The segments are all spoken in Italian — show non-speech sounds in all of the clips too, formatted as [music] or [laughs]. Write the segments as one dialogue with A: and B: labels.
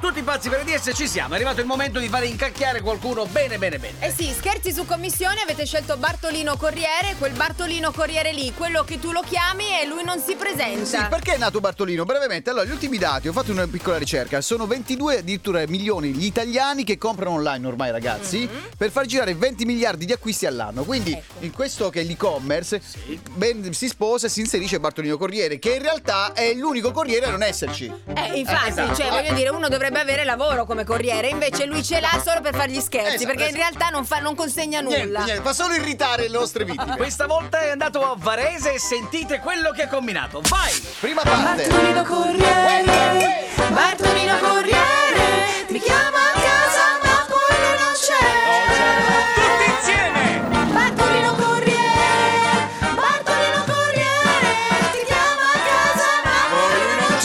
A: tutti pazzi per DS, ci siamo. È arrivato il momento di fare incacchiare qualcuno bene, bene, bene.
B: Eh sì, scherzi su commissione, avete scelto Bartolino Corriere, quel Bartolino Corriere lì, quello che tu lo chiami e lui non si presenta.
C: Sì, perché è nato Bartolino? Brevemente, allora, gli ultimi dati, ho fatto una piccola ricerca, sono 22 addirittura milioni gli italiani che comprano online ormai, ragazzi, per far girare 20 miliardi di acquisti all'anno. Quindi,
B: Mhm. Ecco.
C: in questo che è l'e-commerce, ben si sposa e si inserisce Bartolino Corriere, che in realtà è l'unico corriere a non esserci.
B: Eh, infatti,
A: Esatto.
B: cioè, voglio dire, uno dovrebbe avere lavoro come corriere, invece lui ce l'ha solo per fargli scherzi,
C: Esatto,
B: perché in
C: esatto.
B: realtà non, fa- non consegna nulla.
C: Niente, niente, fa solo irritare le nostre vittime.
A: Questa volta è andato a Varese e sentite quello che ha combinato. Vai!
C: Prima parte.
B: Bartolino Corriere, Bartolino Corriere, mi chiama a casa ma poi lui non c'è.
A: Tutti insieme!
B: Bartolino Corriere, Bartolino Corriere, ti chiama a casa ma poi lui non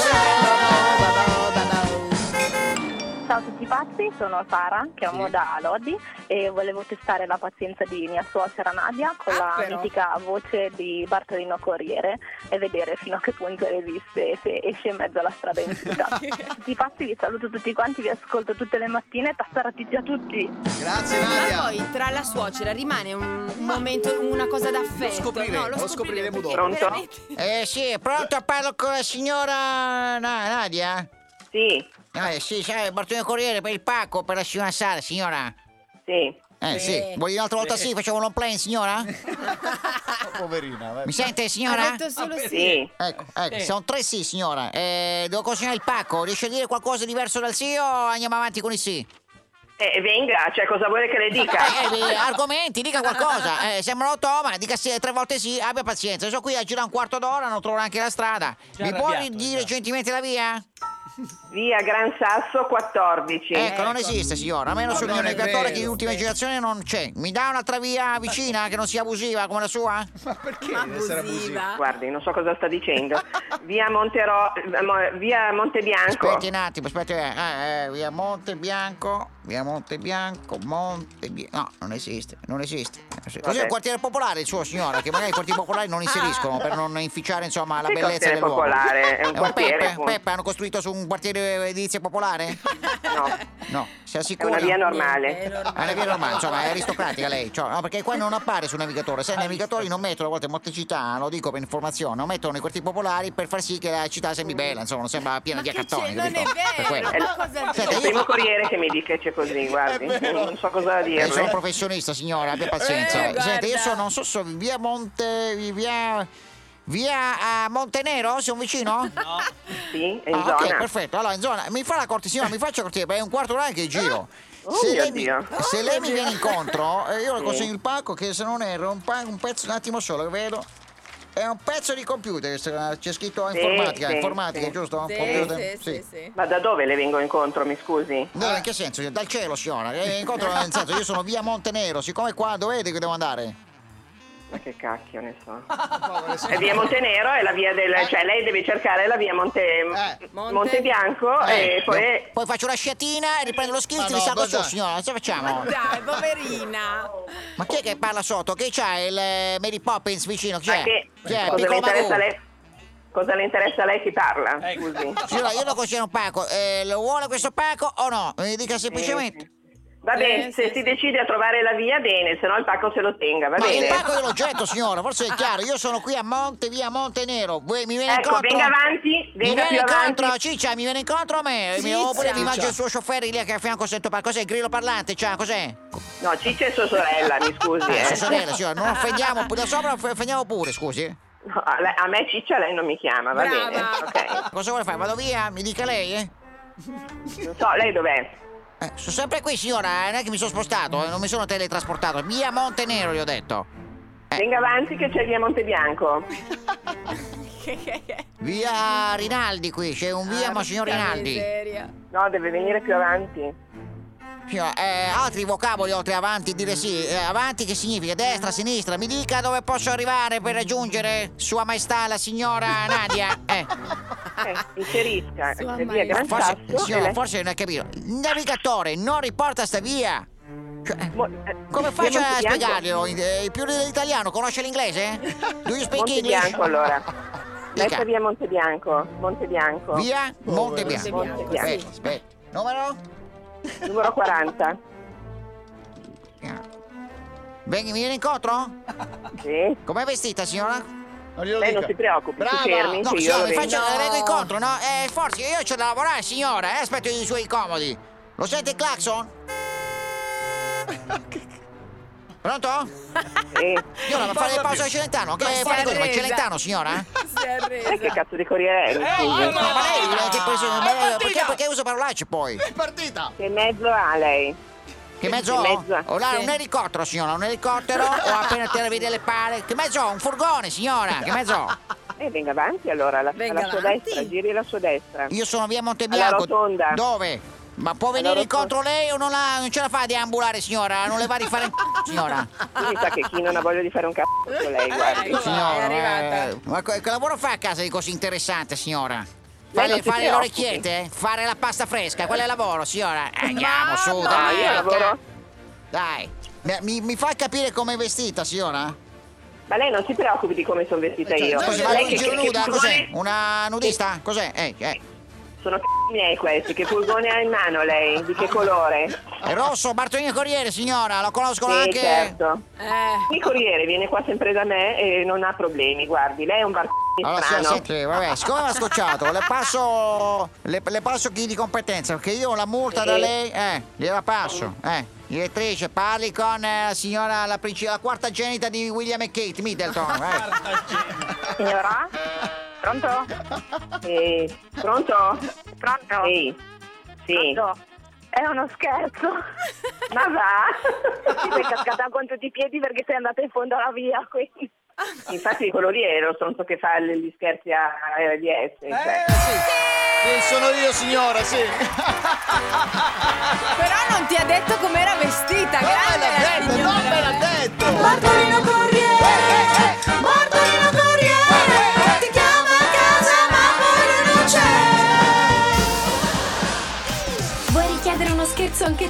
B: c'è.
D: Ciao a tutti pazzi, sono Sara, chiamo da Lodi e volevo testare la pazienza di mia suocera Nadia con
B: Ah,
D: la
B: però.
D: mitica voce di Bartolino Corriere e vedere fino a che punto resiste e se esce in mezzo alla strada
B: [laughs]
D: in città. tutti pazzi, vi saluto tutti quanti, vi ascolto tutte le mattine, tassaratiti a tutti!
C: Grazie
B: Ma
C: Nadia.
B: poi tra la suocera rimane un momento, una cosa d'affetto.
C: Lo scopriremo,
B: no,
C: lo scopriremo
B: perché
C: dopo.
D: Pronto?
B: veramente-
E: Eh sì, pronto, parlo con la signora Na- Nadia?
D: Sì,
E: No, eh, sì, sai, Bartolino Corriere per il pacco, per la signora Sara, signora.
D: sì,
E: Eh
B: Sì.
E: sì, voglio un'altra volta sì, facciamo un play, [laughs] signora?
C: Poverina, vai.
E: Mi sente
B: Ha
E: signora?
B: detto solo sì.
D: sì.
E: Ecco,
A: Eh,
E: ecco, sono tre sì, signora. Eh, devo consegnare il pacco, riesce a dire qualcosa diverso dal sì o andiamo avanti con il sì?
D: E venga, cioè cosa vuole che le dica?
E: Eh, eh, argomenti, dica qualcosa. Eh, sembra l'automa, dica sì, tre volte sì, abbia pazienza. Sono qui a girare un quarto d'ora, non trovo neanche la strada.
A: Già
E: Mi puoi
A: arrabbiato,
E: dire
A: già.
E: gentilmente la via?
D: Via Gran Sasso 14.
E: Ecco, non esiste signora, a meno sul
A: non
E: mio
A: è
E: navigatore
A: vero.
E: che di ultima generazione non c'è. Mi dà un'altra via vicina che non sia abusiva come la sua?
C: Ma perché deve essere abusivo?
B: Abusiva.
D: Guardi, non so cosa sta dicendo. Via Montero, mo- via Montebianco.
E: Aspetti un attimo, aspetti. eh, eh, via Monte Bianco, via Monte Bianco, Monte Bianco. No, non esiste, non esiste. Cos'è
D: Vabbè.
E: il quartiere popolare il suo signora? Che magari i quartieri popolari non inseriscono per non inficiare insomma la
D: Che
E: bellezza
D: quartiere
E: del luogo. Eh,
D: popolare? È un quartiere,
E: Peppe,
D: appunto.
E: Peppe, hanno costruito su un quartiere edilizia
D: [laughs]
E: popolare?
D: No.
E: No, si
D: È
E: assicura.
D: una via
B: Niente, è
D: normale.
B: normale.
E: Ma è vero ormai, insomma, è aristocratica lei. Cioè, no, perché qua non appare sul navigatore. Sai, i navigatori non mettono a volte Montecità, lo dico per informazione, non mettono i quartieri popolari per far sì che la città sembri bella, insomma, non sembra piena
B: Ma
E: di
B: che c'è?
E: accattoni.
B: Non è
E: capito? Per
B: vero,
E: quello.
B: ma cosa
E: Senta,
D: È il
B: dici?
D: primo corriere che mi dice che c'è così, guardi. Non so cosa
E: Eh, sono
D: dirle.
E: professionista, signora, abbia pazienza.
B: Eh, guarda.
E: Senta, io sono, non so, se via Monte. via. via a Montenero? Siamo vicino?
D: Sì, è in
E: Ah, ok,
D: zona.
E: perfetto. Allora, in zona, mi fa la cortesia, mi faccia cortesia, perché è un quarto d'ora che giro.
D: Oh
E: se,
D: mio
E: lei mi,
D: Dio.
E: se lei mi viene incontro, eh, io le
D: Sì.
E: consegno il pacco che se non erro, un, pa- un pezzo, un attimo solo, che vedo. È un pezzo di computer, che sta- c'è scritto
D: Sì,
E: informatica,
D: sì,
E: informatica,
D: sì.
E: giusto?
B: Sì,
E: Computer?
B: sì, sì, Ah.
E: Sì.
B: sì.
D: Ma da dove le vengo incontro, mi scusi?
E: No, in che senso? Dal cielo, signora. Eh, Incontro, nel senso, io sono via Montenero, siccome qua dove che devo andare?
D: Ma che cacchio ne so. È via Montenero è la via del...
E: Eh.
D: Cioè lei deve cercare la via Monte...
B: Monte-
D: Montebianco e
E: Eh,
D: poi...
E: poi faccio una sciatina e riprendo lo
C: Ma
E: schizzo e
C: no,
E: mi salgo su,
C: guarda.
E: signora. Cosa facciamo?
B: Dai, poverina.
E: Ma chi è che parla sotto? Che c'ha il eh, Mary Poppins vicino? Chi è?
D: Ma che-
E: Chi è?
D: Cosa le
E: Piccolo
D: interessa a
E: Baloo?
D: lei? Cosa le interessa a lei chi parla? Scusi.
E: Signora, io lo considero un pacco. Eh, lo vuole questo pacco o no? Mi
D: Eh,
E: dica semplicemente.
D: Va bene,
B: Eh,
D: se
B: sì,
D: si
B: sì.
D: decide a trovare la via, bene, se no il pacco se lo tenga, va
E: Ma
D: bene.
E: il pacco io lo getto, signora, forse
D: [laughs]
E: è chiaro. Io sono qui a Monte, via Montenero. Voi Mi viene
D: Ecco,
E: incontro.
D: venga avanti,
E: Mi
D: venga
E: viene
D: più avanti.
E: incontro, Ciccia, mi viene incontro a me. Mi, oppure mi
B: Ciccia.
E: mangia il suo chauffeur lì che è a fianco sento pacco. Cos'è? Il grillo parlante, c'ha? Cos'è?
D: No, Ciccia è sua sorella, mi scusi.
E: Eh,
D: eh.
E: sua sorella, signora,
D: [laughs]
E: non offendiamo. Da sopra offendiamo pure, scusi.
D: No, a lei- a me Ciccia lei non mi chiama, va
B: Brava.
D: bene. ok.
E: Cosa vuole fare? Vado via? Mi dica lei, eh?
D: Non so, lei dov'è?
E: Eh, sono sempre qui, signora, non è che mi sono spostato, eh, non mi sono teletrasportato. Via Montenero, gli ho detto. Eh.
D: Venga avanti che c'è via Montebianco.
E: Via Rinaldi qui, c'è un
B: Ah,
E: via, ma signor Rinaldi.
B: Miseria.
D: No, deve venire più avanti.
E: Signora, eh, altri vocaboli oltre avanti, dire sì. Eh, avanti che significa? Destra, sinistra. Mi dica dove posso arrivare per raggiungere Sua Maestà la signora Nadia. Eh,
D: Eh, inserisca,
B: Sua
D: c'è via Gran
E: forse, eh,
D: Sasso. e
E: signora,
D: lei-
E: forse non hai capito. Il navigatore non riporta sta via. Cioè,
D: Mo- eh,
E: come
D: via
E: faccio a
D: Montebianco-
E: spiegarglielo? Eh, più dell'italiano conosce l'inglese? Do you speak English?
D: Montebianco allora.
E: Dica.
D: Metta via Montebianco, Montebianco.
E: Via Monte Bianco.
B: Montebianco,
E: Aspetta, aspetta. Numero?
D: numero 40.
E: Vieni, mi viene incontro?
D: Sì.
E: Com'è vestita, signora?
C: Non glielo
D: Lei
C: dica.
D: non si preoccupi,
C: Brava.
D: si fermi,
E: Eh No,
D: che io
E: signora,
D: lo
E: mi
D: vedo.
E: faccio
B: No.
E: le vengo incontro, no? Eh, forse io c'ho da lavorare, signora, eh? Aspetto i suoi comodi. Lo sente il [laughs] clacson? Pronto?
D: Sì.
E: Io la fare pausa a Celentano. Che
B: Ma si è
E: fare cosa? Ma
B: arresa.
E: Celentano, signora?
B: Si è
D: E che
B: arresa.
D: cazzo di corriere è? mi scusi?
E: Ma ma lei eh, che preso- ma- perché,
A: partita!
E: perché usa parolacce poi?
C: È partita!
D: Che mezzo ha lei?
E: Che mezzo
D: Che
E: ho?
D: mezzo ha?
E: Ho là
B: Sì.
E: un elicottero, signora, un elicottero o appena te la vede le pare. Che mezzo ho? Un furgone, signora, che mezzo ho?
D: Eh, venga avanti allora, alla,
B: Venga
D: alla sua
B: avanti.
D: destra, giri alla sua destra.
E: Io sono via Montebianco.
D: Alla rotonda.
E: Dove? Ma può venire
D: rotonda.
E: incontro lei o non, la- non ce la fa a deambulare, signora? Non le va a
D: [laughs]
E: rifare in signora?
D: Tu Mi sa che chi non ha voglia di fare un cazzo con lei, guardi.
B: Ecco.
E: Signora,
B: è arrivata.
E: eh, ma co- che lavoro fa a casa di così interessante, signora?
D: Lei
E: Fare,
D: non
E: le-
D: si
E: fare le
D: preoccupi.
E: orecchiette? Fare la pasta fresca? Qual è il lavoro, signora? Eh, Andiamo su,
B: Mamma,
E: dai.
D: io lavoro-
E: Dai. Mi- Mi, mi fa capire come è vestita, signora?
D: Ma lei non si preoccupi di come sono vestita io.
E: Così vado
D: lei
E: in giro nuda? Cos'è? Una nudista? Cos'è? Eh, eh.
D: Sono c***i miei questi, che furgone ha in mano lei? Di che colore?
E: È rosso, Bartolino Corriere, signora, lo conoscono
D: Oh. sì,
E: Ecco anche.
D: certo.
B: Eh.
D: Il corriere viene qua sempre da me e non ha problemi, guardi, lei è un bar
E: Allora,
D: strano.
E: sì, senti, vabbè, siccome l'ha scocciato, le passo, le, le passo chi di competenza, perché io ho la multa da
D: Sì.
E: lei, eh, gliela passo, eh. Direttrice, parli con eh, la signora, la, princi- la quarta genita di William e Kate Middleton, eh.
D: Signora?
E: [laughs]
D: Pronto? Eh, pronto? Pronto? Sì. Sì.
F: È
B: [laughs]
F: uno scherzo.
D: Ma va?
F: Ti sei cascata con tutti i piedi perché sei andata in fondo alla via, quindi.
D: Infatti quello lì è lo stronzo che fa gli scherzi a RDS.
A: Eh,
D: cioè.
C: Sì, sono io, signora, sì.
B: Però non ti ha detto com'era vestita,
C: Non me
B: grande la
C: l'ha detto,
B: signora.
C: non me l'ha detto!
B: Bartolino Corriere, Bartolino Corriere, ti chiama a casa ma poi lui non c'è.
G: Vuoi richiedere uno scherzo anche